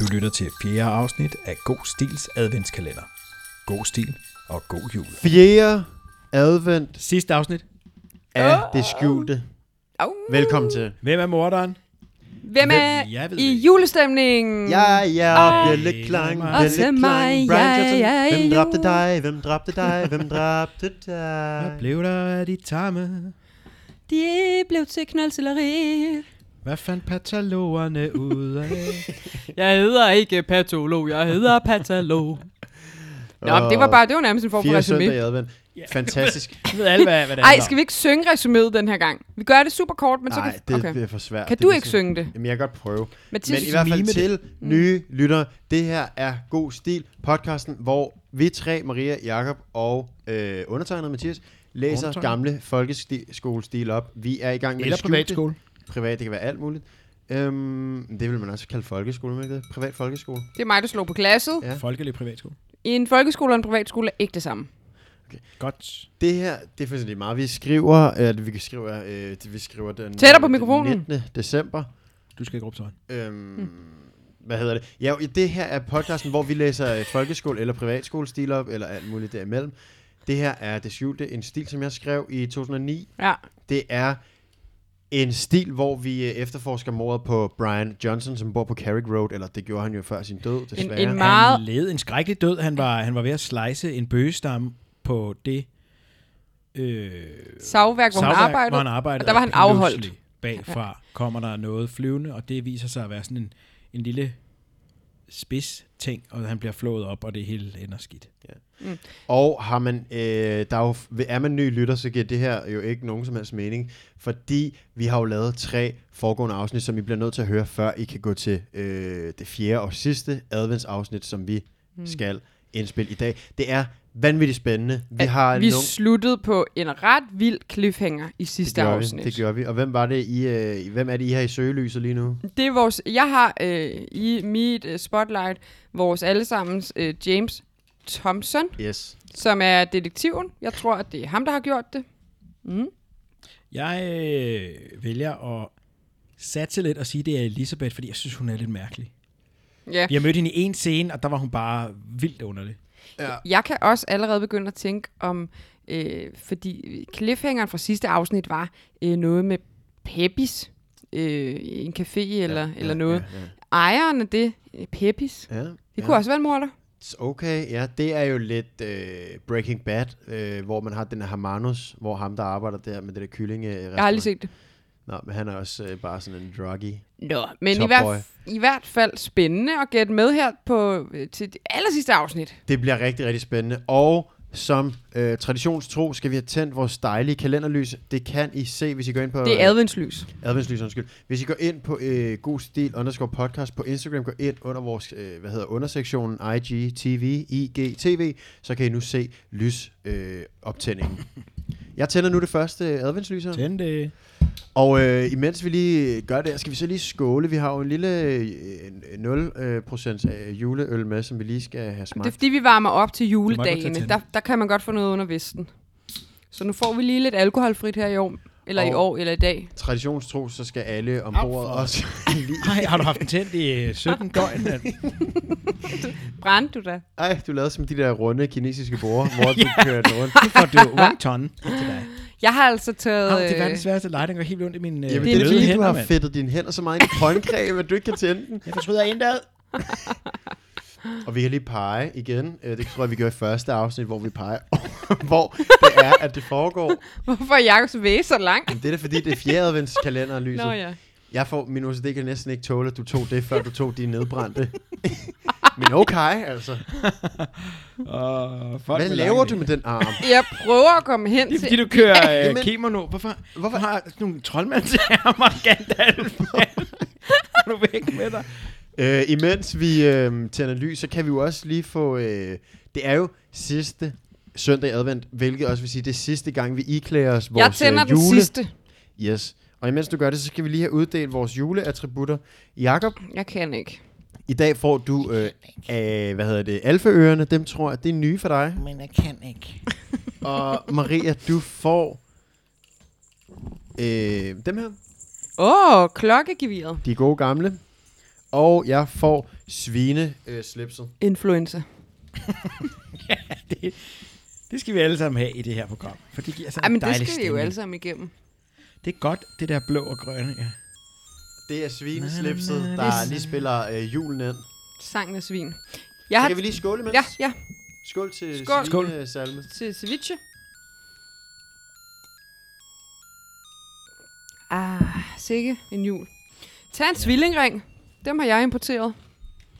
Du lytter til fjerde afsnit af God Stils adventskalender. God stil og god jul. Fjerde advent Sidste afsnit. af oh. det skjulte. Au. Mm. Velkommen til. Hvem er morderen? Hvem er Hvem? Jeg ved det i ikke. julestemningen? Ja, ja, Bjelle Klang, Og til Bjelle mig, Klang, Brian ja, Johnson. ja, Hvem jul. dræbte dig? Hvem dræbte dig? Hvem dræbte Hvad dig? blev der af de tamme? De blev til knoldselleri. Hvad fandt patalogerne ud af? Jeg hedder ikke patolog, jeg hedder patalog. Nå, men det var bare, det var nærmest en form for Fjerde resumé. søndag i advent. Fantastisk. Jeg ved alle, hvad, hvad det Ej, skal vi ikke synge resuméet den her gang? Vi gør det super kort, men så Nej, kan... det okay. bliver for svært. Kan Det du bliver ikke sådan- synge det? Jamen, jeg kan godt prøve. Men Mathis, i hvert fald mime til nye lyttere, det her er God Stil, podcasten, hvor vi tre, Maria, Jakob og øh, undertegnet Mathias, læser Undertegnet. gamle folkeskolestil op. Vi er i gang med Eller det skjulte. privatskole. Privat, det kan være alt muligt. Øhm, det vil man også kalde folkeskole, men ikke det? Privat folkeskole. det er mig, der slår på glasset. Ja. Folkelig privatskole. En folkeskole og en privatskole er ikke det samme. Godt. Det her, det er fuldstændig meget. Vi skriver, øh, vi skriver, øh, det- vi skriver den, Tættere på den mikrofonen. 19. december. Du skal ikke råbe tøjen. Øhm, Hm. Hvad hedder det? Ja, jo, det her er podcasten, hvor vi læser øh, folkeskole eller privatskolestil op, eller alt muligt derimellem. Det her er det skjulte, en stil, som jeg skrev i 2009. Ja. Det er en stil, hvor vi øh, efterforsker mordet på Brian Johnson, som bor på Carrick Road, eller det gjorde han jo før sin død, desværre. en meget- Han led en skrækkelig død. Han var, han var ved at slice en bøgestamme på det øh, Savværk, hvor savværk, han arbejdede. hvor han arbejdede. og der var han afholdt. pludselig Bagfra kommer der noget flyvende, og det viser sig at være sådan en, en lille spids ting, og han bliver flået op, og det hele ender skidt. Og har man, øh, der er, jo, er man ny lytter, så giver det her jo ikke nogen som helst mening, fordi vi har jo lavet tre foregående afsnit, som I bliver nødt til at høre, før I kan gå til øh, det fjerde og sidste adventsafsnit, som vi Hmm. mm. skal indspille i dag. Det er vanvittigt spændende. Vi har Vi nogle... sluttede på en ret vild cliffhanger i Det sidste gjorde, vi, afsnit. det gjorde vi. Og hvem var det, I, øh, hvem er det, I har i søgelyset lige nu? Det er vores, jeg har øh, i mit øh, spotlight vores allesammens øh, James Thompson, Yes. som er detektiven. Jeg tror, at det er ham, der har gjort det. Jeg øh, vælger at satse lidt og sige, at det er Elisabeth, fordi jeg synes, hun er lidt mærkelig. Ja. Jeg mødte hende i en scene, og der var hun bare vildt underlig. Jeg kan også allerede begynde at tænke om, øh, fordi cliffhangeren fra sidste afsnit var øh, noget med Peppis, øh, en café eller, ja, eller noget. Ja, ja. Ejeren af det, øh, Peppis, Ja. det kunne også være en morder. Okay, ja, det er jo lidt øh, Breaking Bad, øh, hvor man har den her Hamanus, hvor ham, der arbejder der med det der kyllinge Jeg har aldrig set det. Nå, men han er også øh, bare sådan en druggy. Nå, men Top i boy. hvert, i hvert fald spændende at gætte med her på, øh, til det aller sidste afsnit. Det bliver rigtig, rigtig spændende. Og som øh, traditionstro skal vi have tændt vores dejlige kalenderlys. Det kan I se, hvis I går ind på... Det er adventslys. adventslys, undskyld. Hvis I går ind på øh, god stil underscore podcast på Instagram, går ind under vores, øh, hvad hedder undersektionen IGTV, IGTV, så kan I nu se lysoptændingen. Øh, optændingen. Jeg tænder nu det første øh, adventslys her. Tænd det. Og øh, imens vi lige gør det, her, skal vi så lige skåle. Vi har jo en lille øh, 0% øh, juleøl med, som vi lige skal have Det er smagt. fordi, vi varmer op til godt tage juledagene. tænde. Der, der kan man godt få noget under vesten. Så nu får vi lige lidt alkoholfrit her i år. Eller i Og- år, eller i dag. Traditionstro, så skal alle om Au, bordet for- også lige... Ej, har du haft den tændt i øh, 17 døgn? mand? Brændte du da? Ej, du lavede som de der runde kinesiske borde, hvor du kørte rundt. Nu får du one ton til dig. Jeg har altså taget... Au, det er verdens øh, sværeste leg, den går helt ondt i min øh, Jamen, det det er er bløde fordi, du hænder, har mand. fedtet dine hænder så meget i dit håndgreb, at du ikke kan tænde den. Jeg fortryder intet. Og vi kan lige pege igen. Øh, Det tror jeg, vi gjorde i første afsnit, hvor vi peger, hvor det er, at det foregår. øh, hvorfor er Jacobs væge så lang? Men det er da fordi, det er fjerde adventskalenderlyset. Nå ja. Jeg får, min OCD kan næsten ikke tåle, at du tog det, før du tog de nedbrændte. Men okay, altså. Oh, Hvad laver du med den arm? Jeg prøver at komme hen Det er til... fordi, du kører øh, Jamen- kimono. Hvorfor, hvorfor har du sådan nogle troldmandsærmer, Gandalf? Er du væk med dig? Øh, imens vi øh, tænder lys, så kan vi jo også lige få... Øh, det er jo sidste søndag i advent, hvilket også vil sige, det er sidste gang, vi iklæder os vores Jeg tænder øh, den jule. sidste. Yes. Og imens du gør det, så skal vi lige have uddelt vores juleattributter. Jakob, Jeg kan ikke. i dag får du, øh, øh, hvad hedder det, alfaørerne. Dem tror jeg, det er nye for dig. Men jeg kan ikke. Og Maria, du får øh, dem her. Åh, oh, klokkegeviret. De gode gamle. og jeg får svine øh, slipset. Influenza. det, det skal vi alle sammen have i det her program, for det giver sådan Ej, men en det dejlig skal vi jo stemning. alle sammen igennem. Det er godt, det der blå og grønne. Ja. Det er svineslipset, der lige spiller øh, julen ind. Sangen af svin. Så Jeg har... kan vi lige skåle med? Ja, ja. Skål til Skål. Skål. salme. Til ceviche. Ah, sikke en jul. Tag en svillingring. Dem har jeg importeret.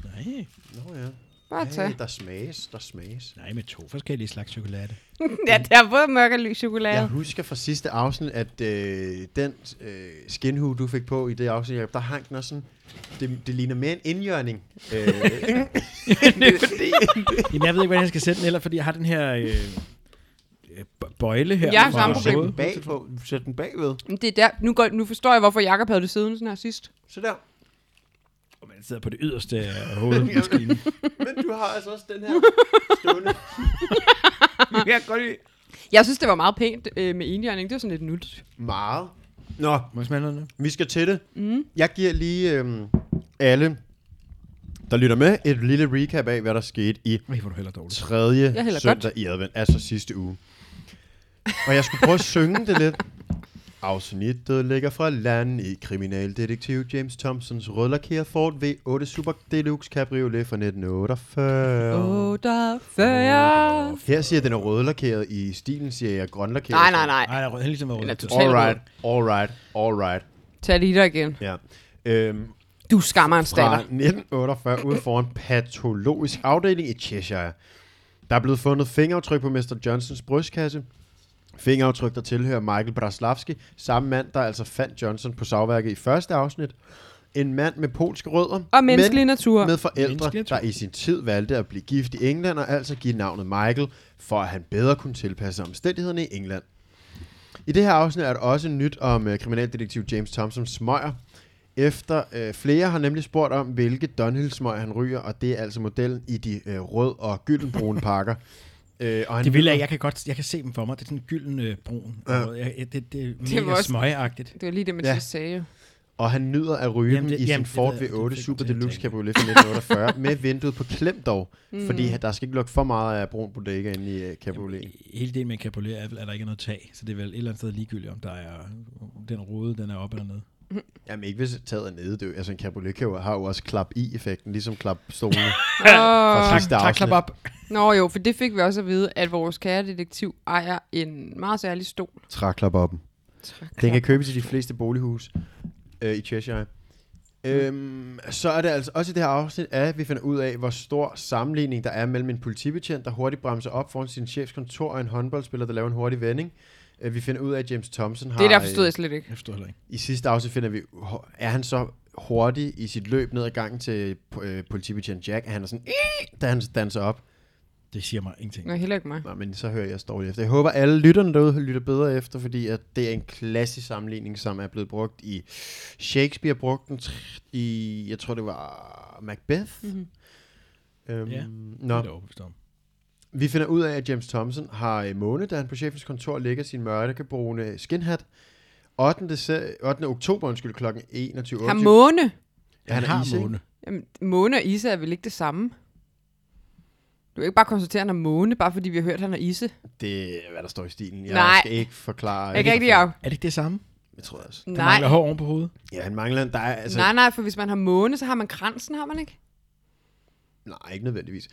Nej, Nå ja. Bare tag. Hey, der smages, der smages. nej, med to forskellige slags chokolade. ja, der er både mørk og lys chokolade. Jeg husker fra sidste afsnit, at øh, den øh, skinhue, du fik på i det afsnit, Jacob, der hang den også sådan, det, det ligner mere en indjørning. Øh, Jamen, jeg ved ikke, hvordan jeg skal sætte den heller, fordi jeg har den her øh, øh, b- bøjle her. Ja, fra samme sæt problem. hovedet. den bagpå, sæt den bagved. Men det er der, nu, går, nu forstår jeg, hvorfor Jakob havde det siden sådan her sidst. Så der. Og Man sidder på det yderste af hovedmaskinen. Men du har altså også den her stående. jeg kan godt lide. Jeg synes, det var meget pænt øh, med enhjørning. Det var sådan lidt nyt. Meget. Nå, Må jeg smage noget nu? vi skal til det. Mm. Jeg giver lige øh, alle, der lytter med, et lille recap af, hvad der skete i Ej, hvor er du heller dårligt. tredje Jeg hælder søndag godt. i advent, altså sidste uge. Og jeg skulle prøve at synge det lidt. Afsnittet ligger fra land i kriminaldetektiv James Thompsons rødlakerede Ford V8 Super Deluxe Cabriolet fra 1948. Åh, der fører. Her siger jeg, den er rødlakeret i stilen, siger jeg grønlakeret. Nej, nej, nej. Nej, der er rød- ligesom rød. Eller to- Alright, alright, alright. Tag lige der igen. Ja. Øhm, Du skammer en fra statter. 1948 ude foran patologisk afdeling i Cheshire. Der er blevet fundet fingeraftryk på Mr. Johnsons brystkasse. Fingeraftryk, der tilhører Michael Braslavski, samme mand, der altså fandt Johnson på savværket i første afsnit. En mand med polske rødder. Og menneskelig natur. Men med forældre, Menneskelig natur. der i sin tid valgte at blive gift i England og altså give navnet Michael, for at han bedre kunne tilpasse omstændighederne i England. I det her afsnit er der også nyt om øh, kriminaldetektiv James Thompson smøger. Efter øh, flere har nemlig spurgt om, hvilke Dunhill smøger han ryger, og det er altså modellen i de øh, rød- og gyldenbrune pakker. Øh, og han Det vil nyder- jeg, jeg kan godt, jeg kan se dem for mig. Det er sådan en gylden øh, brun. Ja. Jeg, jeg- det, det er var mega også- smøgeagtigt. Det var lige det, man Ja. ja. sagde. jo. Og han nyder at ryge Jamen, jamen, det- i jamen, det sin Ford ved jeg, det V8 fik Super mig til at Deluxe tænke. Cabriolet fra 1948 med vinduet på klem dog, mm. fordi der skal ikke lukke for meget af brun bodega inde i uh, cabriolet. Hele det med en cabriolet er, vel, at der ikke er noget tag, så det er vel et eller andet sted ligegyldigt, om der er den rode, den er op eller ned. Jamen ikke hvis taget er nede, det er jo, altså en cabriolet kan jo, har jo også klap i effekten, ligesom klap stolene Åh. fra sidste Tak, afsnit. klap op. Nå jo, for det fik vi også at vide, at vores kære detektiv ejer en meget særlig stol. Træklap op. Den kan købes i de fleste bolighus øh, i Cheshire. Øhm, så er det altså også i det her afsnit, at vi finder ud af, hvor stor sammenligning der er mellem en politibetjent, der hurtigt bremser op foran sin chefs kontor, og en håndboldspiller, der laver en hurtig vending. Øh, vi finder ud af, at James Thompson har... Det der øh, forstod jeg slet ikke. Jeg forstår heller ikke. I sidste afsnit finder vi, ho- er han så hurtig i sit løb ned ad gangen til øh, politibetjent Jack, at han er sådan, "Ih!" da han danser op. Det siger mig ingenting. Nå, heller ikke mig. Nej, men så hører jeg dårligt efter. Jeg håber, alle lytterne derude lytter bedre efter, fordi at det er en klassisk sammenligning, som er blevet brugt i... Shakespeare brugte den tr- i, jeg tror det var Macbeth. Mhm. Mm-hmm. Øhm, Ja. Nå, Det er overbevist om. vi finder ud af, at James Thompson har i måned, da han på chefens kontor lægger sin mørkebrune skinhat. 8. Dece- 8. oktober, undskyld, kl. 21.28. Har måne? Ja, han, Han har is, ikke? måne. Jamen, måne og isse er vel ikke det samme? Du kan ikke bare konstatere, at han er måne, bare fordi vi har hørt, at han er isse. Det er, hvad der står i stilen. Jeg Nej. skal ikke forklare. Jeg kan ikke lide forklare. af. Er det ikke det samme? Jeg tror også. Der Nej. mangler hår oven på hovedet. Ja, han mangler en... Der er, altså, Nej, nej, for hvis man har måne, så har man kransen, har man ikke? Nej, ikke nødvendigvis.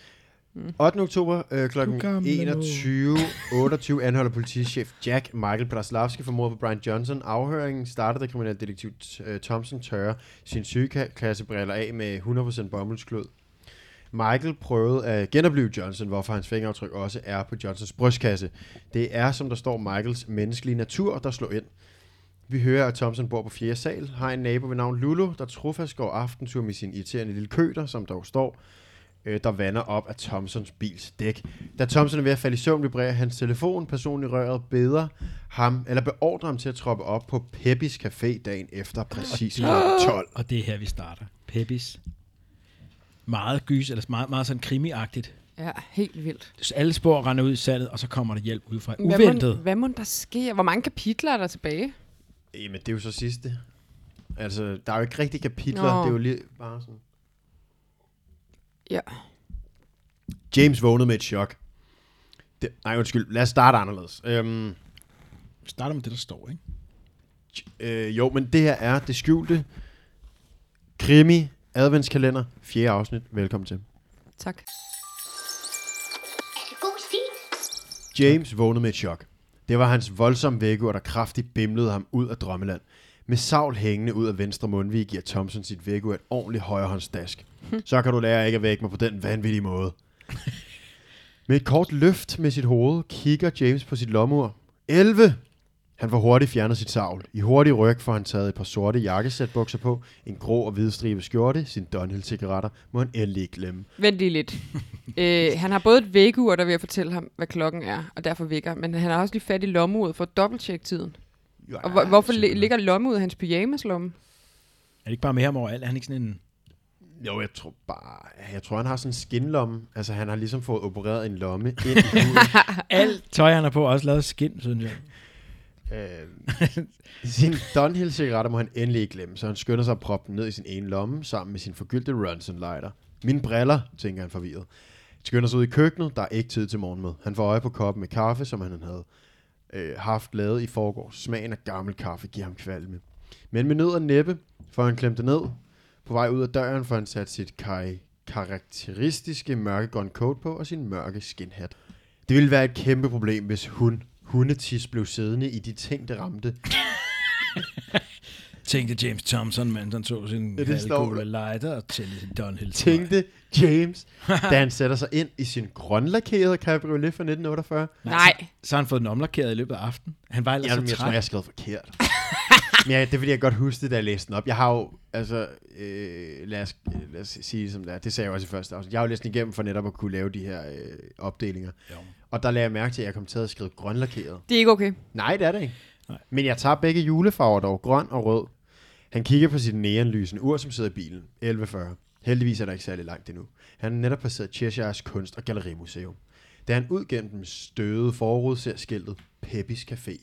8. oktober øh, kl. Mm. Du gamle 21.28 anholder politichef Jack Michael Praslavski for mordet på Brian Johnson. Afhøringen starter, da kriminaldetektiv øh, Thompson tørrer sin sygeklassebriller af med 100% bomuldsklod. Michael prøvede at genopleve Johnson, hvorfor hans fingeraftryk også er på Johnsons brystkasse. Det er, som der står, Michaels menneskelige natur, der slår ind. Vi hører, at Thompson bor på 4. sal, har en nabo ved navn Lulu, der trofast går aftentur med sin irriterende lille køter, som dog står, øh, der vander op af Thompsons bils dæk. Da Thompson er ved at falde i søvn, vibrerer hans telefon. Personen i røret beder ham, eller beordrer ham til at troppe op på Peppis Café dagen efter, præcis kl. 12. Og det er her, vi starter. Peppis. Meget gys, eller meget, meget sådan krimiagtigt. Ja, helt vildt. Så alle spor render ud i sandet, og så kommer der hjælp udefra. Hvad Uventet. Må, hvad må der ske? Hvor mange kapitler er der tilbage? Jamen, det er jo så sidste. Altså, der er jo ikke rigtig kapitler, Nå. det er jo lige bare sådan. Ja. James vågnede med et chok. Det, nej, undskyld. Lad os starte anderledes. Øhm, Vi starter med det, der står, ikke? øh, jo, men det her er det skjulte krimi adventskalender, fjerde afsnit. Velkommen til. Tak. Er det god stil? James vågnede med et chok. Det var hans voldsomme vækkeur, der kraftigt bimlede ham ud af drømmeland. Med savl hængende ud af venstre mundvig giver Thompson sit vækkeur et ordentligt højrehåndsdask. Så kan du lære ikke at vække mig på den vanvittige måde. Med et kort løft med sit hoved kigger James på sit lommeur. 11! Han får hurtigt fjernet sit savl. I hurtig ryg får han taget et par sorte jakkesætbukser på, en grå og hvidstribet skjorte, sin Dunhill-cigaretter må han endelig ikke glemme. Vent lige lidt. øh, han har både et vækkeur, der vil at fortælle ham, hvad klokken er, og derfor vækker, men han har også lige fat i lommeuret for at dobbelttjekke tiden. Og hvor, hvorfor li- simpelthen. ligger lommeuret i hans pyjamaslomme? Er det ikke bare med ham overalt? Er han ikke sådan en... Jo, jeg tror bare... Jeg tror, han har sådan en skinlomme. Altså, han har ligesom fået opereret en lomme ind i huden. Alt tøj, han har på, er også lavet skin, synes jeg. øh, sin Dunhill-cigaretter må han endelig ikke glemme, så han skynder sig at proppe den ned i sin ene lomme, sammen med sin forgyldte Runson lighter. Mine briller, tænker han forvirret. Skynder sig ud i køkkenet, der er ikke tid til morgenmad. Han får øje på koppen med kaffe, som han havde øh, haft lavet i forgårs. Smagen af gammel kaffe giver ham kvalme. Men med nød og næppe får han klemt det ned. På vej ud af døren får han sat sit kar- karakteristiske mørkegrøn coat på og sin mørke skinhat. Det ville være et kæmpe problem, hvis hun, hundetis blev siddende i de ting, der ramte. Tænkte James Thompson, mens han så sin Ja, ja, det står der. halvgule lighter og tændte sin Dunhill. Tænkte James, da han sætter sig ind i sin grønlakerede cabriolet fra 1948. Nej. Så har han fået den omlakeret i løbet af aftenen. Han var ellers Jamen, så jeg tror, træt. jeg har skrevet forkert. Men ja, det er fordi, jeg godt huskede, det, da jeg læste den op. Jeg har jo, altså, øh, lad, os, øh, lad os sige det som det er. Det sagde jeg også i første afsnit. Jeg har jo læst den igennem for netop at kunne lave de her øh, opdelinger. Jo. Og der lagde jeg mærke til, at jeg kom til at skrive grønlakeret. Det er ikke okay. Nej, det er det ikke. Nej. Men jeg tager begge julefarver dog, grøn og rød. Han kigger på sit neonlysende ur, som sidder i bilen. 11.40. Heldigvis er der ikke særlig langt endnu. Han har netop passeret Cheshires Kunst- og Gallerimuseum. Da han ud gennem den støde forrude ser skiltet Peppis Café.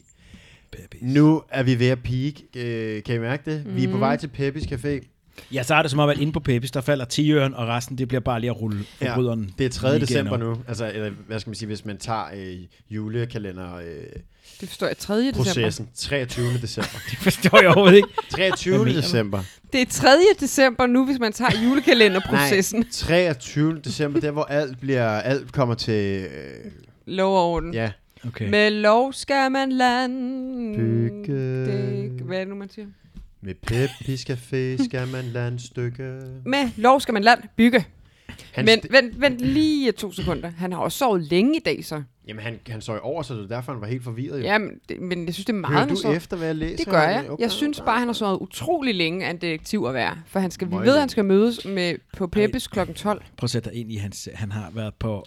Peppis. Nu er vi ved at peak. Øh, kan I mærke det? Mm. Vi er på vej til Peppis Café. Ja, så er det som om, at inde på Peppis, der falder 10 øren, og resten, det bliver bare lige at rulle forbryderen. det er 3. lige december op. nu. Altså, eller, hvad skal man sige, hvis man tager øh, julekalender... Øh, Det forstår jeg. 3. december. processen. 23. december. Det forstår jeg overhovedet ikke. 23. mener du? december. Det er 3. december nu, hvis man tager julekalenderprocessen. Nej, 23. december, der hvor alt bliver, alt kommer til, øh, lov og orden. ja. Okay. Men... Med lov skal man lande. Bygge. Det, hvad er det nu, man siger? Med Peppis Café skal man lade en stykke. Med lov skal man land bygge. Han, Men st- vent, vent lige to sekunder. Han har også sovet længe i dag, så. jamen, han, han så jo over, så det er derfor, han var helt forvirret. Jo. Jamen, det, men jeg synes, det er meget, Hører han har du sovet. efter, hvad jeg læser? Det gør jeg. Okay, Jeg synes okay. bare, han har sovet utrolig længe af en detektiv at være. For han skal, vi Møj, ved, mand. at han skal mødes med, på Peppes kl. 12. Prøv at sætte dig ind i, hans, han har været på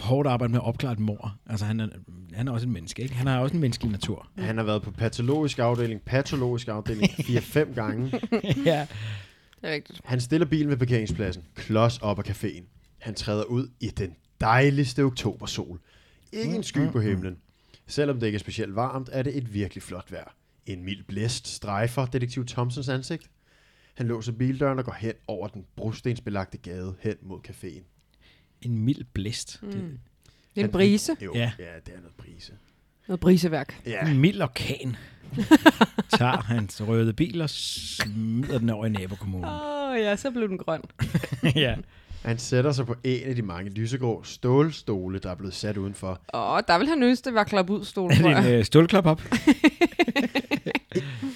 hårdt arbejde med at opklare et mor. Altså, han er, han er også en menneske, ikke? Han har også en menneskelig natur. Han har været på patologisk afdeling, patologisk afdeling 4-5 gange. ja. Det er rigtigt. Han stiller bilen ved parkeringspladsen, klods op af caféen. Han træder ud i den dejligste oktobersol. Ikke en sky på himlen. Selvom det ikke er specielt varmt, er det et virkelig flot vejr. En mild blæst strejfer detektiv Thompsons ansigt. Han låser bildøren og går hen over den brostensbelagte gade hen mod caféen. En mild blæst. Mm. Det er Han- en brise. Jo, ja. Ja. Mm. ja, det er noget brise. Noget briseværk. Ja, En mild orkan tager hans røde bil og smider den over i nabokommunen. Åh oh, ja, så blev den grøn. ja. han sætter sig på en af de mange lysegrå stålstole, der er blevet sat udenfor. Åh, oh, der vil han ønske, det var klap ud stol, Er tror det jeg. en øh, stålklap op?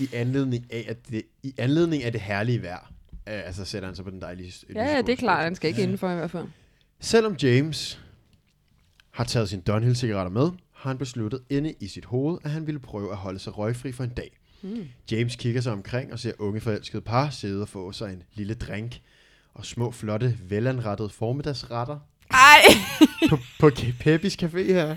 I anledning af, at det, i anledning af det herlige vejr, øh, altså sætter han sig på den dejlige øh, Ja, ja, det er klart, han skal ikke indenfor i hvert fald. Selvom James har taget sin Dunhill-cigaretter med, har han besluttet inde i sit hoved, at han ville prøve at holde sig røgfri for en dag. Hmm. Mm. James kigger sig omkring og ser unge forelskede par sidde og få sig en lille drink og små, flotte, velanrettede formiddagsretter Ej! på, på K- Peppis Café her.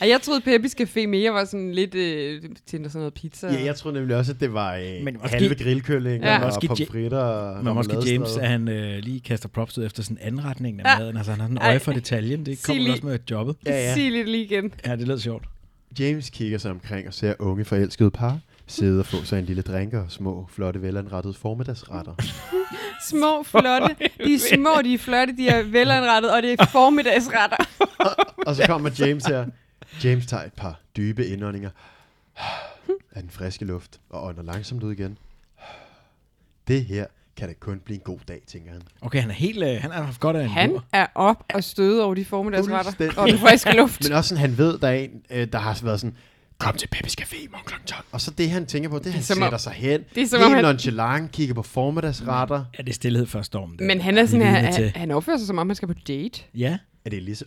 Ej, jeg troede, Peppis Café mere var sådan lidt øh, til sådan noget pizza. Ja, jeg tror nemlig også, at det var øh, Men Men måske- halve grillkyllinger Ja. ja. og Måske Ja. pomfritter og Men måske remouladestræde. James, at han øh, lige kaster props ud efter sådan en anretning af Ja. maden. Altså, han har sådan Ej. øje for detaljen. Det Sig kommer vel lige- også med jobbet. Ja, ja. Sig lidt lige igen. Ja, det lød sjovt. James kigger sig omkring og ser unge forelskede par sidde og få sig en lille drink og små, flotte, velanrettede formiddagsretter. små, flotte. De er små, de er flotte, de er velanrettet, og det er formiddagsretter. Og så kommer James her. James tager et par dybe indåndinger af den friske luft og ånder langsomt ud igen. Det her kan da kun blive en god dag, tænker han. Okay, han er helt, øh, han har haft godt af en Han mur. er op og støde over de formiddagsretter Fuldstændig. og den friske luft. Men også sådan, han ved, der er en, øh, der har været sådan, kom til Peppes Café i morgen kl. 12. Og så det, han tænker på, det, er, han som om- sætter sig hen. det er som om Helt han- nonchalant, kigger på formiddagsretter. Ja, det er stillhed før stormen. der. Men han er sådan, Vi vidne han, han, til. han opfører sig som om, han skal på date. Ja, Er det Elise?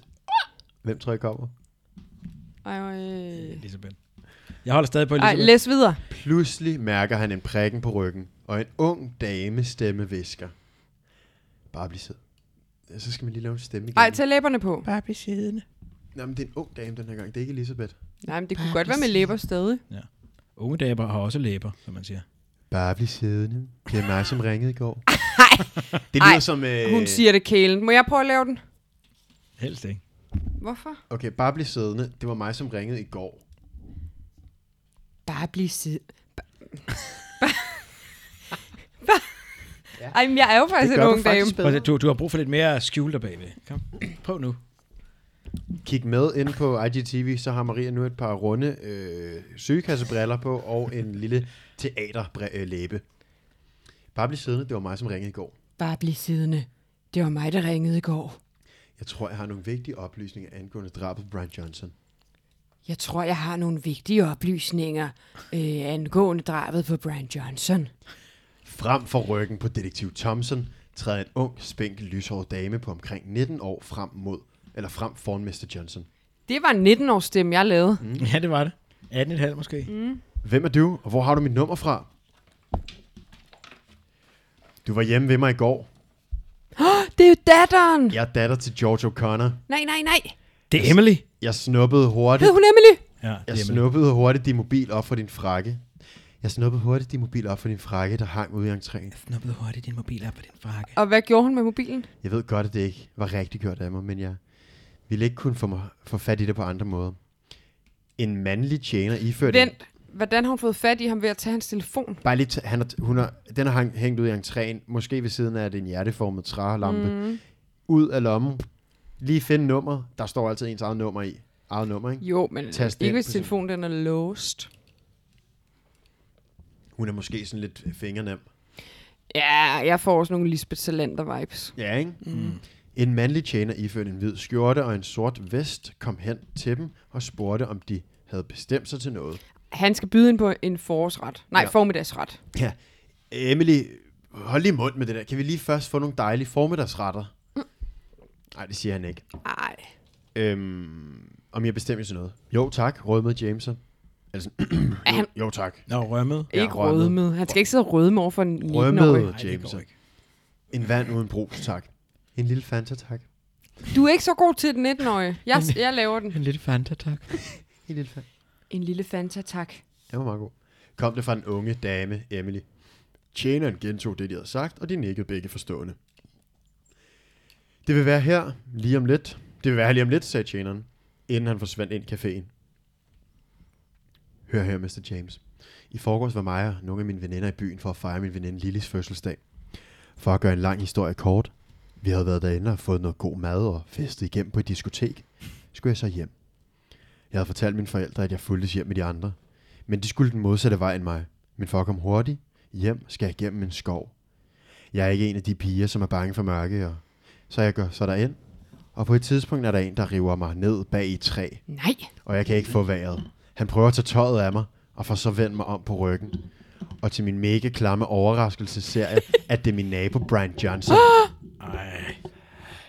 Hvem tror jeg kommer? Ej, øh. Elisabeth. Jeg holder stadig på Ej Elisabeth. læs videre. Pludselig mærker han en prikken på ryggen, og en ung dame stemme visker. Bare bliv sød. Ja, Så skal man lige lave en stemme igen. Ej, tag læberne på. Bare ved siden. Nå, men det er en ung dame den her gang. Det er ikke Elisabeth. Nej, men det kunne godt være med læber stadig. Unge daber har også læber, som man siger. Bare bliv siddende. Det er mig, som ringede i går. det Ej, lyder som... Øh, Hun siger det kælen. Må jeg prøve at lave den? Helst ikke. Hvorfor? Okay, bare bliv siddende. Det var mig, som ringede i går. Bare bliv sid... Bare... Ej, men jeg er jo faktisk Det Altså, en gør du ung dame. faktisk Prøv, at bedre. se, du, du har brug for lidt mere skjul der bagved. Kom, prøv nu. Kig med ind på IGTV, så har Maria nu et par runde øh, sygekassebriller på og en lille teaterlæbe. Bare bliv siddende. Det var mig, som ringede i går. Bare bliv siddende. Det var mig, der ringede i går. Jeg tror, jeg har nogle vigtige oplysninger angående drabet på Brian Johnson. Jeg tror, jeg har nogle vigtige oplysninger øh, angående drabet på Brian Johnson. Frem for ryggen på detektiv Thompson træder en ung, spinkel, lyshåret dame på omkring 19 år frem mod, eller frem foran Mr. Johnson. Det var 19 års stemme, jeg lavede. Mm. Ja, det var det. 18,5 måske. Mm. Hvem er du, og hvor har du mit nummer fra? Du var hjemme ved mig i går. Det er jo datteren! Jeg er datter til George O'Connor. Nej, nej, nej. Det er Emily. Jeg snuppede hurtigt. Hed hun Emily? Ja, det Jeg er Emily. snuppede hurtigt din mobil op fra din frakke. Jeg snuppede hurtigt din mobil op fra din frakke, der hang ude i entréen. Snuppede hurtigt din mobil op på din frakke. Og hvad gjorde hun med mobilen? Jeg ved godt, at det ikke var rigtig gjort af mig, men jeg ville ikke kunne få, mig, få fat i det på andre måder. En mandlig tjener iført... en- Vent, hvordan har hun fået fat i ham ved at tage hans telefon? Bare lige t- han har, hun har, den har hang- hængt ud i entréen, måske ved siden af den hjerteformede trælampe. Mhm. Mm. Ud af lommen. Lige finde nummer. Der står altid ens eget nummer i. Eget nummer, ikke? Jo, men Tast ikke ind hvis på sin- telefonen den er låst. Hun er måske sådan lidt fingernem. Ja, jeg får også nogle Lisbeth Salander-vibes. Ja, ikke? Mm. Mhm. En mandlig tjener iført en hvid skjorte og en sort vest kom hen til dem og spurgte, om de havde bestemt sig til noget. Han skal byde ind på en forårsret. Nej, Ja. ja. formiddagsret. Ja. Emily, hold lige mund med det der. Kan vi lige først få nogle dejlige formiddagsretter? Nej, det siger han ikke. Ej. Øhm, om jeg bestemmer til noget. Jo tak, rådmede James. så. Altså, jo, han- jo tak. Nå, rømmet. Ja, Ikke rødmet. rødme. Han skal ikke sidde og rødme over for en 19-årig. Rødmede Nej, det James. går så. ikke. En vand uden brus, tak. En lille Fanta, tak. Du er ikke så god til den 19-årige. Jeg, jeg laver den. En lille Fanta, tak. En lille Fanta. En lille Fanta, tak. Den var meget god. Kom det fra en unge dame, Emily. Tjeneren gentog det, de havde sagt, og de nikkede begge forstående. Det vil være her lige om lidt. Det vil være her lige om lidt, sagde tjeneren, inden han forsvandt ind i caféen. Hør her, Mr. James. I forgårs var mig og nogle af mine veninder i byen for at fejre min veninde Lillys fødselsdag. For at gøre en lang historie kort, vi havde været derinde og fået noget god mad og festet igennem på et diskotek, skulle jeg så hjem. Jeg havde fortalt mine forældre, at jeg fulgtes hjem med de andre, men de skulle den modsatte vej end mig. Men for at komme hurtigt hjem, skal jeg igennem en skov. Jeg er ikke en af de piger, som er bange for mørke, og så jeg går så derind. Og på et tidspunkt er der en, der river mig ned bag i et træ, Nej. og jeg kan ikke få vejret. Han prøver at tage tøjet af mig, og får så vendt mig om på ryggen. Og til min mega klamme overraskelse ser jeg, at det er min nabo Brian Johnson. Ej.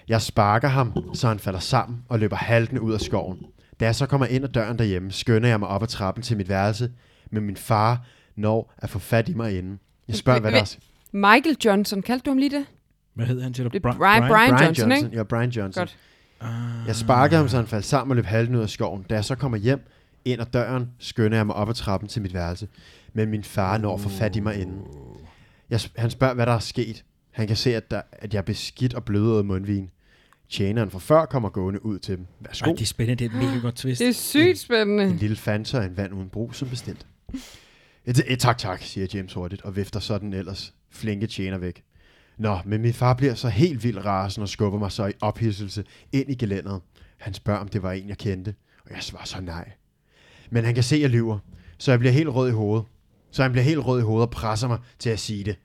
Jeg sparker ham, så han falder sammen og løber halten ud af skoven. Da jeg så kommer ind ad døren derhjemme, skynder jeg mig op ad trappen til mit værelse, men min far når at få fat i mig inden. Jeg spørger, hvad der er. Michael Johnson, kaldte du ham lige det? Hvad hedder han til dig? Det er Bri- Brian, Brian Johnson, ikke? Ja, Brian Johnson. Godt. Ah, Jeg sparker ham, så han falder sammen og løb halten ud af skoven. Da jeg så kommer hjem, ind ad døren, skynder jeg mig op ad trappen til mit værelse. Men min far når at få fat i mig inden. Jeg, sp- han spørger, hvad der er sket. Han kan se, at, der, at jeg er beskidt og blødet af mundvin. Tjeneren fra før kommer gående ud til dem. Værsgo. Ej, det er spændende. Det er et mega godt twist. Det er sygt spændende. En lille Fanta og en vand uden brug, som bestilt. Et, et, tak, tak, siger James hurtigt, og vifter sådan ellers flinke tjener væk. Nå, men min far bliver så helt vildt rasen og skubber mig så i ophidselse ind i gelænderet. Han spørger, om det var en, jeg kendte, og jeg svarer så nej. Men han kan se, at jeg lyver, så jeg bliver helt rød i hovedet. Så han bliver helt rød i hovedet og presser mig til at sige det.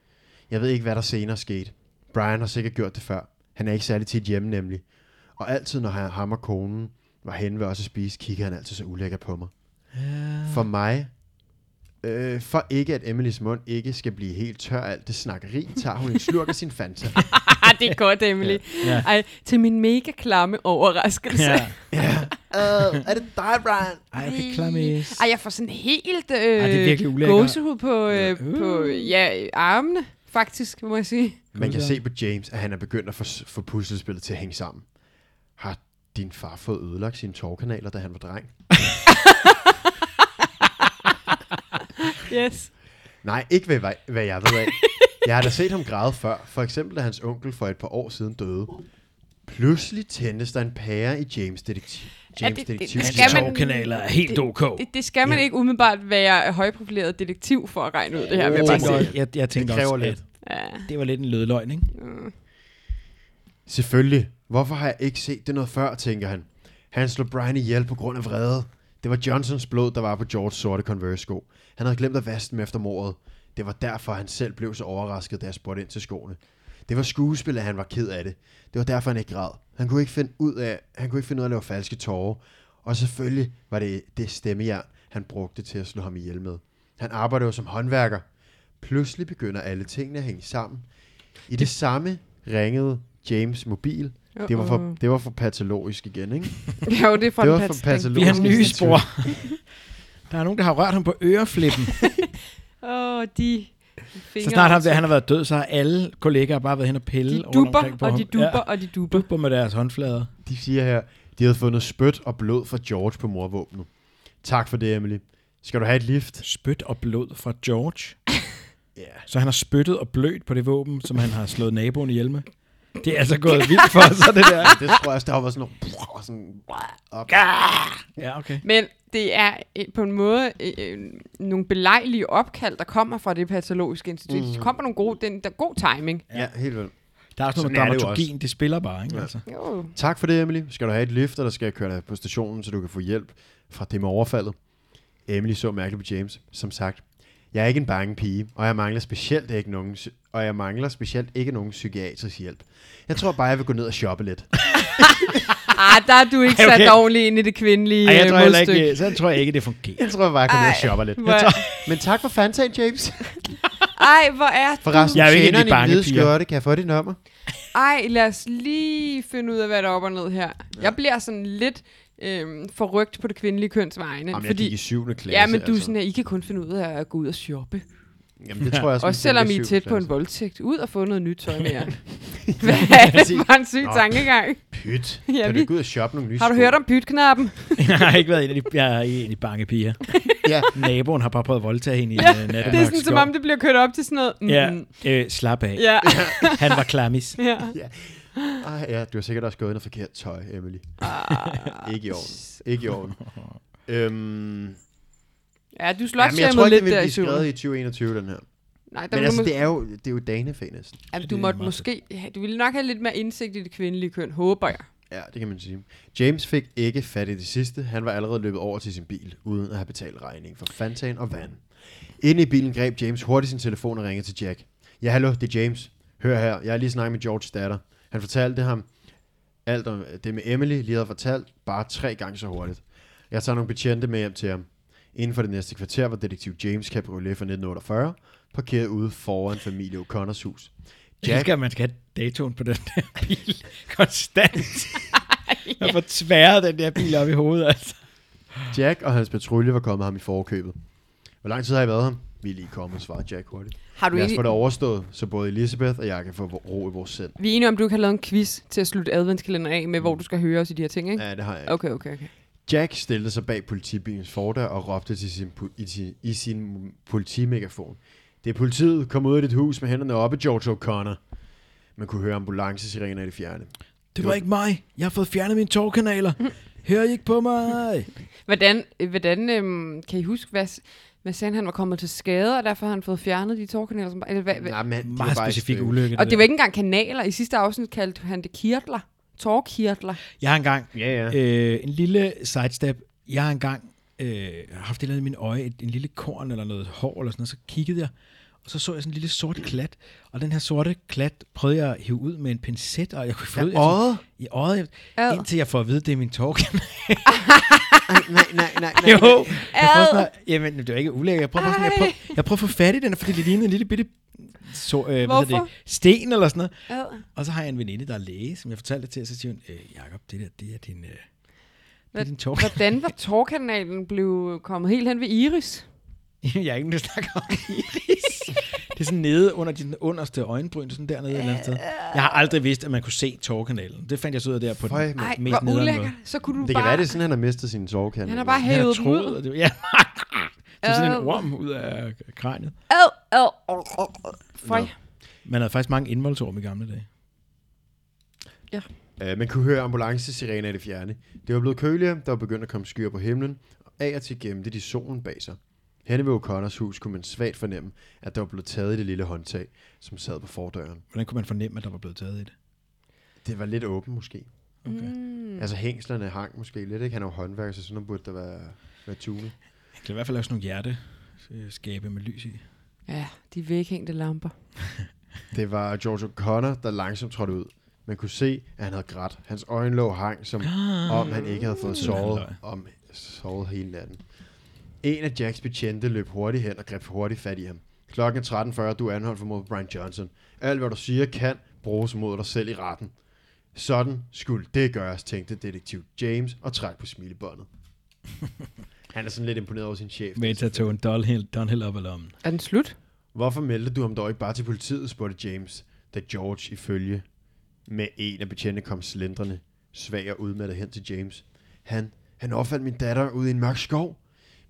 Jeg ved ikke, hvad der senere skete. Brian har sikkert gjort det før. Han er ikke særlig tit hjemme nemlig. Og altid, når han- ham og konen var hen ved os at spise, kigger han altid så ulækker på mig. For mig, øh, for ikke at Emilys mund ikke skal blive helt tør af alt det snakkeri, tager hun en slurk af sin Fanta. Ah, det er godt, Emily. Ja. Ja. Ej, til min mega klamme overraskelse. Ja. Ja. Øh, er det dig, Brian? Ej, reklames. Ej, jeg får sådan helt øh, det er virkelig ulækkert. gåsehud på, øh, Ja. på Uh. ja, armene, faktisk, må jeg sige. Man kan Godt, se på James, at han er begyndt at få, få puslespillet til at hænge sammen. Har din far fået ødelagt sine tårkanaler, da han var dreng? Yes. Nej, ikke ved, hvad, hvad jeg ved af. Jeg har da set ham græde før, for eksempel da hans onkel for et par år siden døde. Pludselig tændes der en pære i James detektiv. Ja, James det- det- detektiv. det Hans skal man- tårkanaler er helt det- ok. Det, det skal man Ja. ikke umiddelbart være højprofileret detektiv for at regne ud det her. Jeg vil jeg Åh, bare tænker sige. også, jeg, jeg tænker Det kræver også, lidt. at det var lidt en lødløgn, ikke? mm. Selvfølgelig. Hvorfor har jeg ikke set det noget før, tænker han. Han slog Brian ihjel på grund af vrede. Det var Johnsons blod, der var på Georges sorte Converse-sko. Han havde glemt at vaske dem efter mordet. Det var derfor, han selv blev så overrasket, da jeg spurgte ind til skoene. Det var skuespil, at han var ked af det. Det var derfor, han ikke græd. Han kunne ikke finde ud af, han kunne ikke finde ud af at lave falske tårer. Og selvfølgelig var det det stemmejern, han brugte til at slå ham ihjel med. Han arbejder jo som håndværker. Pludselig begynder alle tingene at hænge sammen. I det samme ringede James mobil. Det var for, det var for patologisk igen, ikke? Jo, det er fra det det var en for patch. Vi har patologisk. nye spor. Der er nogen, der har rørt ham på øreflippen. Åh, oh, de fingre. Så snart ham, der, han har været død, så har alle kollegaer bare været hen og pille de rundt duber, omkring på og ham. de duber, Ja, og de duber. duber med deres håndflader. De siger her, de havde fundet spyt og blod fra George på morvåbnet. Tak for det, Emily. Skal du have et lift? Spyt og blod fra George. Ja. Så han har spyttet og blødt på det våben, som han har slået naboen ihjel med. Det er altså gået vildt for sig, det der. Det tror jeg også, der var sådan noget... Sådan, op. Ja, okay. Men det er øh, på en måde øh, øh, nogle belejlige opkald, der kommer fra det patologiske institut. Mm. Der kommer nogle gode, den, der er god timing. Ja, helt vel. Der er også noget med Sådan er det jo dramaturgien, det, spiller bare, ikke? Ja. Altså. Jo. Tak for det, Emily. Skal du have et lift, eller skal jeg køre dig på stationen, så du kan få hjælp fra det med overfaldet? Emily så mærkeligt på James, som sagt. Jeg er ikke en bange pige, og jeg mangler specielt ikke nogen, psy- og jeg mangler specielt ikke nogen psykiatrisk hjælp. Jeg tror bare, jeg vil gå ned og shoppe lidt. Ah, der er du ikke Ej, sat okay. ordentligt ind i det kvindelige Ej, jeg øh, tror heller modstykke. ikke, øh, så tror jeg ikke, det fungerer. Jeg tror jeg bare, jeg går ned og Ej, shopper lidt. hvor- Jeg tror, men tak for fantagen, James. Ej, hvor er Forresten, Jeg er jo ikke en af de tjeneren i den bange hvide piger. skjorte, kan jeg få dit nummer? Ej, lad os lige finde ud af, hvad der er op og ned her. Ja. Jeg bliver sådan lidt øhm, forrygt på det kvindelige køns vegne. Jamen, jeg fordi, gik i 7. klasse. altså. ja, men du altså. er sådan, at I kan kun finde ud af at gå ud og shoppe. Jamen, det tror jeg også, Også man tænker selvom I er syvende tæt på en klasse. voldtægt. Ud og få noget nyt tøj med jer. Hvad er det for en syg Nå. tankegang? Pyt. Ja, Kan du vi- ikke ud og shoppe nogle nye Har du sko? hørt om bytknappen? Jeg har ikke været en af de, jeg er en af de bange piger. Ja, Naboen har bare prøvet at voldtage hende Ja, i en det er sådan, som om det bliver kørt op til sådan noget. Mm, Ja, mm. øh, slap af. Ja. Han var klammis. ja. Ej, Ah, ja, du har sikkert også gået i noget forkert tøj, Emily. Ah. Ikke i orden. Ikke i orden. øhm, ja, ja, du slår men jeg tror ja, ikke, lidt det vil der i blive skrevet syvende. i 2021, den her. Nej, der Men men altså, må, det er jo, det er jo danefag næsten. jamen, Det du er måtte meget måske... have- Du ville nok have lidt mere indsigt i det kvindelige køn, håber jeg. Ja, det kan man sige. James fik ikke fat i det sidste. Han var allerede løbet over til sin bil, uden at have betalt regningen for Fantan og vand. Inde i bilen greb James hurtigt sin telefon og ringede til Jack. Ja, hallo, det er James. Hør her, jeg har lige snakket med Georges datter. Han fortalte ham alt om det med Emily, lige havde fortalt, bare tre gange så hurtigt. Jeg tager nogle betjente med hjem til ham. Inden for det næste kvarter var detektiv James Cabriolet fra 1948 parkeret ude foran familie O'Connors hus. Jeg Jack elsker, at man skal have datoen på den der bil konstant. Jeg får tværet den der bil op i hovedet, altså. Jack og hans patrulje var kommet ham i forkøbet. Hvor lang tid har I været her? Vi er lige kommet, svarede Jack hurtigt. Har du Lad os få ikke... det overstået, så både Elizabeth og jeg kan få ro i vores sind. Vi er enige om, du ikke har lavet en quiz til at slutte adventskalenderen af med, hvor du skal høre os i de her ting, ikke? Ja, det har jeg ikke. Okay, okay, okay. Jack stillede sig bag politibilens fordør og råbte til sin, po- i, sin, i sin politimegafon. Det er politiet. Kom ud af dit hus med hænderne oppe, George O'Connor. Man kunne høre ambulancesirener i det fjerne. Det var ikke mig. Jeg har fået fjernet mine tårkanaler. Hører I ikke på mig? Hvordan, øh, hvordan øhm, kan I huske, hvad, s- Hvad sagde han? Han var kommet til skade, og derfor har han fået fjernet de tårkanaler. Som, eller, hvad, hvad? Nej, men, Meget øh, specifik ulykke. Og der. det var ikke engang kanaler. I sidste afsnit kaldte han det kirtler. Tårkirtler. Jeg har engang Ja, ja. Øh, en lille sidestep. Jeg har engang øh, haft et eller andet i min øje, et, en lille korn eller noget hår eller sådan noget, så kiggede jeg, og så så jeg sådan en lille sort klat, og den her sorte klat prøvede jeg at hive ud med en pincet, og jeg kunne få ud Øjet? i øjet, Ad. indtil jeg får at vide, at det er min tårkanal. Nej, nej, nej, nej. nej. Jo, jeg prøver sådan, at, jamen, det var ikke ulækkert. Jeg prøver, bare sådan, jeg, prøver, jeg prøver at få fat i den, fordi det lignede en lille bitte så, øh, hvad hedder det, Hvorfor? sten eller sådan noget. Ad. Og så har jeg en veninde, der er læge, som jeg fortalte det til, og så siger hun, øh, Jacob, det der, det er din, øh, det er Hvad- din tårkanal. Hvordan var tårkanalen blev kommet helt hen ved Iris? jeg er ikke nødt til at snakke om iris. det er sådan nede under din underste øjenbryn, sådan dernede et eller andet sted. Jeg har aldrig vidst, at man kunne se tårkanalen. Det fandt jeg så ud af der på Føj, den mand. Nej, mest hvor nederen ulækkert. måde. Så kunne Det du kan bare... være, det er sådan, han har mistet sin sovekande. han har bare Jeg havde hævet dem troet, ud. at det var ja. Som sådan Ad. en orm ud af kraniet. Ad, ad, ad, ad, ad. Føj. Nå. Man havde faktisk mange indvoldsorm i gamle dage. Øh, man kunne høre ambulancesirener i det fjerne. Det var blevet køligere, der var begyndt at komme skyer på himlen, og af og til gemte de solen bag sig. Henne ved O'Connors hus kunne man svagt fornemme, at der var blevet taget i det lille håndtag, som sad på fordøren. Hvordan kunne man fornemme, at der var blevet taget i det? Det var lidt åben måske. Okay. Mm. Mm. Altså hængslerne hang måske lidt, ikke? Han er jo håndværker, så sådan noget burde der være, være tunet. Jeg kan i hvert fald lave sådan nogle hjerteskabe med lys i. Ja, de væghængte lamper. Det var George O'Connor, der langsomt trådte ud. Man kunne se, at han havde grædt. Hans øjenlåg hang, som om han ikke havde fået Mm. Det er sovet, løgn. om, sovet hele natten. En af Jacks betjente løb hurtigt hen og greb hurtigt fat i ham. Klokken er 13.40, du er anholdt for mod Brian Johnson. Alt, hvad du siger, kan bruges mod dig selv i retten. Sådan skulle det gøres, tænkte detektiv James og trak på smilebåndet. Han er sådan lidt imponeret over sin chef. Med at tog en Dunhill, Dunhill op ad lommen. Er den slut? Hvorfor meldte du ham dog ikke bare til politiet, spurgte James, da George ifølge med en af betjente kom slendrende, svag og udmattet hen til James. Han, han opfandt min datter ude i en mørk skov.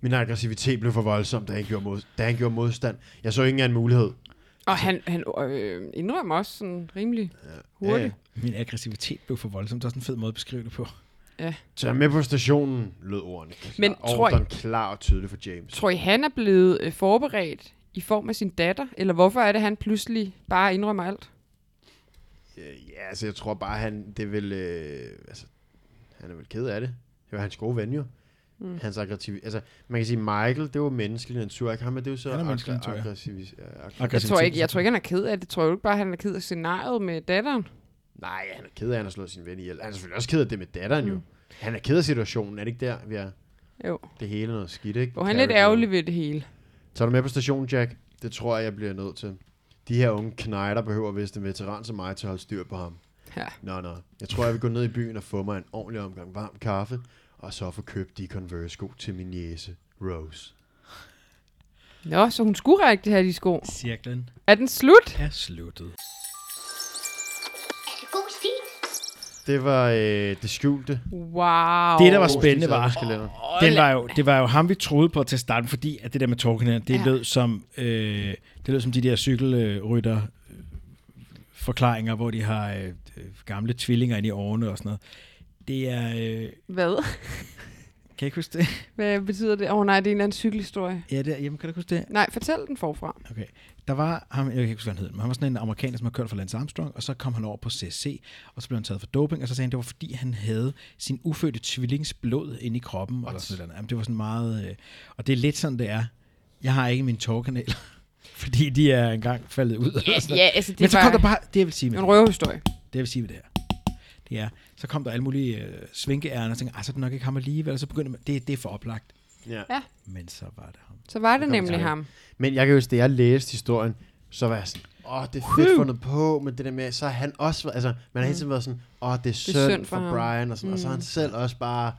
Min aggressivitet blev for voldsom, da han gjorde, mod, da han gjorde modstand. Jeg så ingen anden mulighed. Og han, han øh, indrømmer også sådan rimelig hurtigt. Min aggressivitet blev for voldsom. Det er også en fed måde at beskrive det på. Tag ham med på stationen, lød ordene. Klar, Men tror I- ordren klar og tydelig for James. Tror I, han er blevet øh, forberedt i form af sin datter? Eller hvorfor er det, han pludselig bare indrømmer alt? Øh, Ja, altså jeg tror bare, han, det er vel, øh, altså, han er vel ked af det. Det var hans gode ven jo. Mm. Hans aggressiv, altså man kan sige, Michael, det var menneskelig natur, ikke ham, men det er jo så Han er ag- menneskelig natur, ja. aggressiv. ja, aggressiv. Jeg tror, Aggressivitet. ikke, jeg tror ikke, han er ked af det. Tror du ikke bare, han er ked af scenariet med datteren? Nej, han er ked af, at han har slået sin ven ihjel. Han er selvfølgelig også ked af det med datteren mm. jo. Han er ked af situationen, er det ikke der, vi er? Jo. Det hele er noget skidt, ikke? Hvor han er lidt Carrie- ærgerlig ved det hele. Tager du med på stationen, Jack? Det tror jeg, jeg bliver nødt til. De her unge knejder behøver vist en veteran som mig til at holde styr på ham. Ja. Nå, nå. Jeg tror, jeg vil gå ned i byen og få mig en ordentlig omgang varm kaffe, og så få købt de Converse-sko til min jæse, Rose. Nå, så hun skulle rigtig have de sko. Cirklen Er den slut? er sluttet. Er det god stil? Det var øh, det skjulte. Wow. Det, der var spændende, var, Kalender. den var jo, det var jo ham, vi troede på til starten, fordi at det der med Torkenland, det, Ja. ja. lød som, øh, det lød som de der cykelrytter øh, forklaringer, hvor de har øh, øh, gamle tvillinger inde i årene og sådan noget. Det er... Øh, Hvad? kan jeg ikke huske det? Hvad betyder det? Åh oh, nej, det er en eller anden cykelhistorie. Ja, det er, jamen, kan du ikke huske det? Nej, fortæl den forfra. Okay. Der var ham, jeg kan ikke huske, hvad han hed, men han var sådan en amerikaner, som har kørt for Lance Armstrong, og så kom han over på CSC, og så blev han taget for doping, og så sagde han, det var fordi, han havde sin ufødte tvillings blod inde i kroppen, What? eller sådan noget. andet. Jamen, det var sådan meget... Øh, og det er lidt sådan, det er. Jeg har ikke min tårkanal, fordi de er engang faldet ud. eller sådan noget. Ja, altså det men så var kom der bare... Det jeg vil sige med en det, røvehistorie. det, jeg vil sige med det her, det er, så kom der alle mulige øh, svinkeærner, og tænkte, ah, så er det nok ikke ham alligevel, og så begyndte man, det, det er for oplagt. Ja. Ja. Men så var det ham. Så var det kom nemlig til. ham. Men jeg kan huske, da jeg læste historien, så var jeg sådan, åh, det er fedt fundet på, men det der med, så har han også været, altså, man har hele tiden været sådan, åh, det er synd, det er synd for, for ham." Brian, og, sådan, mm. og så har han selv også bare,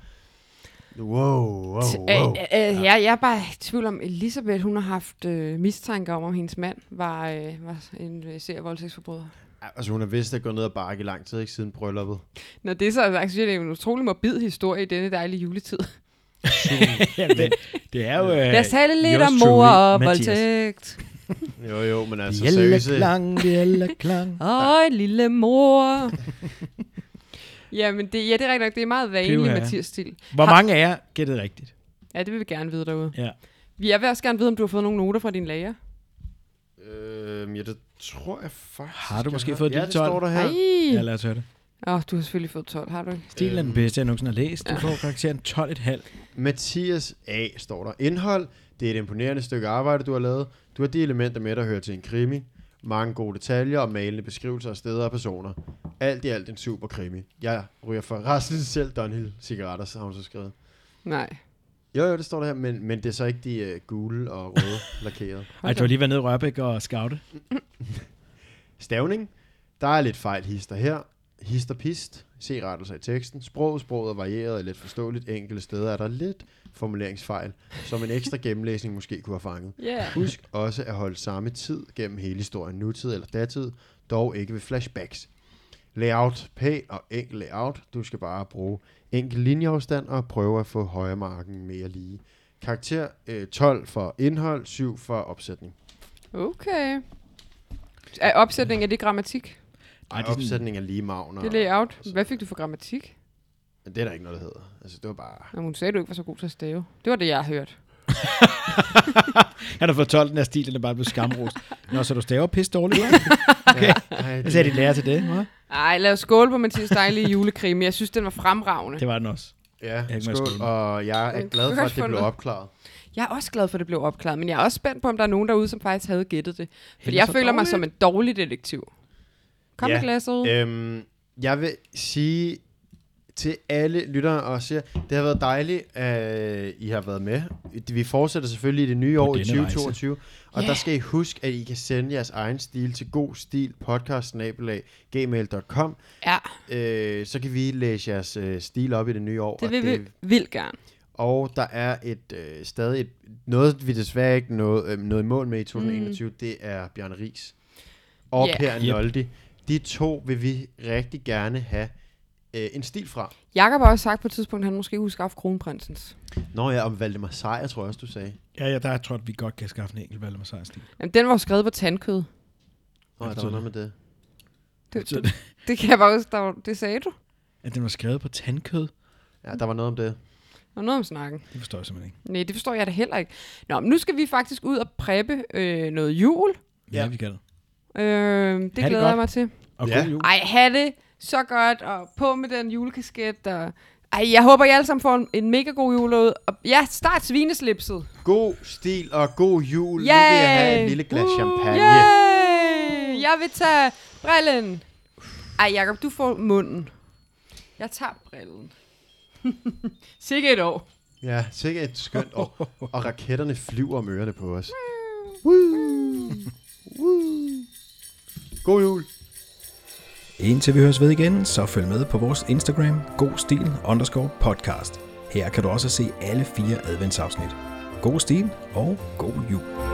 wow, wow, Øh, wow. øh, øh, ja, jeg er bare i tvivl om, Elisabeth, hun har haft øh, mistanke om, om hendes mand var, øh, var en øh, serie voldtægtsforbryder. Altså, hun har vidst at gå ned og bakke i lang tid, ikke siden brylluppet. Når det er så sagt, så synes jeg, det er en utrolig morbid historie i denne dejlige juletid. Jamen, det, det er jo... Øh, Lad os tale lidt yours om mor truly, og Mathias. voldtægt. Jo, jo, men altså, seriøse, Bjælleklang, bjælleklang. Åh, en lille mor. ja, men det, ja, det er rigtigt nok. Det er meget vanlig Pivha. Mathias-stil. Hvor mange af jer gættede rigtigt? Ja, det vil vi gerne vide derude. Ja. Vi er ved også gerne vide, om du har fået nogle noter fra din læger. Øhm, ja, det tror jeg faktisk. Har du jeg måske fået et Ja, lille det står tolv? der her. Ej. Ja, lad os høre det. Åh, oh, du har selvfølgelig fået 12, har du ikke? Stilen er den Øhm. bedste, jeg nogensinde har læst. Du får karakteren 12,5. Mathias A. står der. Indhold. Det er et imponerende stykke arbejde, du har lavet. Du har de elementer med, der hører til en krimi. Mange gode detaljer og malende beskrivelser af steder og personer. Alt i alt en super krimi. Jeg ryger for resten selv Dunhill cigaretter, så har hun så skrevet. Nej. Jo, jo, det står der her, men, men det er så ikke de øh, gule og røde lakerede. Ej, du har lige været nede i Rørbæk og scoute. Stavning. Der er lidt fejl hister her. Hister pist. Se rettelser i teksten. Sproget, sproget er varieret og let forståeligt. Enkelte steder er der lidt formuleringsfejl, som en ekstra gennemlæsning måske kunne have fanget. Yeah. Husk også at holde samme tid gennem hele historien, nutid eller datid, dog ikke ved flashbacks. Layout pæn og enkel layout. Du skal bare bruge enkel linjeafstand og prøve at få højre marken mere lige. Karakter øh, 12 for indhold, 7 for opsætning. Okay. Er opsætning, er det grammatik? Ej, Ej, det er sådan, opsætning er lige magn. og- Det er layout. Hvad fik du for grammatik? Men det er der ikke noget, der hedder. Altså, det var bare... Nå, men hun sagde, du ikke var så god til at stave. Det var det, jeg har hørt. han har fået 12, den her stil, den er bare blevet skamrost. Nå, så du staver pisse dårligt. Ej, Hvad det, sagde din lærer til det? hva'? Ej, lad os skåle på Mathias dejlige julekrimi. Jeg synes, den var fremragende. Det var den også. ja, ikke, man skål, skulle. og jeg er Men glad for, at det spørgsmålet- blev opklaret. Jeg er også glad for, at det blev opklaret, men jeg er også spændt på, om der er nogen derude, som faktisk havde gættet det. Fordi Hende jeg så føler mig dårligt. som en dårlig detektiv. Kom Ja. med glasset. ud. Øhm, jeg vil sige til alle lyttere og siger, det har været dejligt, at I har været med. Vi fortsætter selvfølgelig i det nye På år i denne rejse. 2022, og Ja. der skal I huske, at I kan sende jeres egen stil til god stil podcast-gmail.com. Ja, Øh, så kan vi læse jeres øh, stil op i det nye år. det og vil vi vildt gerne. Og der er et øh, stadig et, noget, vi desværre ikke nåede, øh, nåede i mål med i 2021, mm. det er Bjørn Ries og Ja. yeah. Per Yep. Noldi. De to vil vi rigtig gerne have øh, en stil fra. Jakob har også sagt på et tidspunkt, at han måske kunne skaffe kronprinsens. Nå ja, om Valdemar Sejr, tror jeg også, du sagde. Ja, ja, der tror jeg, at vi godt kan skaffe en enkelt Valdemar Sejr stil. Jamen, den var jo skrevet på tandkød. Nå, er der var noget med det. Det, det, det kan jeg bare huske, der var, det sagde du. At den var skrevet på tandkød, Ja, der var noget om det. Og noget om snakken. det forstår jeg simpelthen ikke. Nej, det forstår jeg da heller ikke. Nå, men nu skal vi faktisk ud og preppe øh, noget jul. Men Ja, vi kan det. Øh, det det glæder godt. jeg mig til. Og Ja. god jul. Ej, have det så godt, og på med den julekasket. Og... Ej, jeg håber, I alle sammen får en, en mega god jul ud. Og ja, start svineslipset. God stil og god jul. Yay! Nu vil jeg have et lille glas Uh, champagne. Yay! Jeg vil tage brillen. Ej, Jacob, du får munden. Jeg tager brillen. Sikke et år. Ja, sikkert et skønt år. Og raketterne flyver om ørerne på os. God jul. Indtil vi høres ved igen, så følg med på vores Instagram, godstil underscore podcast. Her kan du også se alle fire adventsafsnit. God stil og god jul.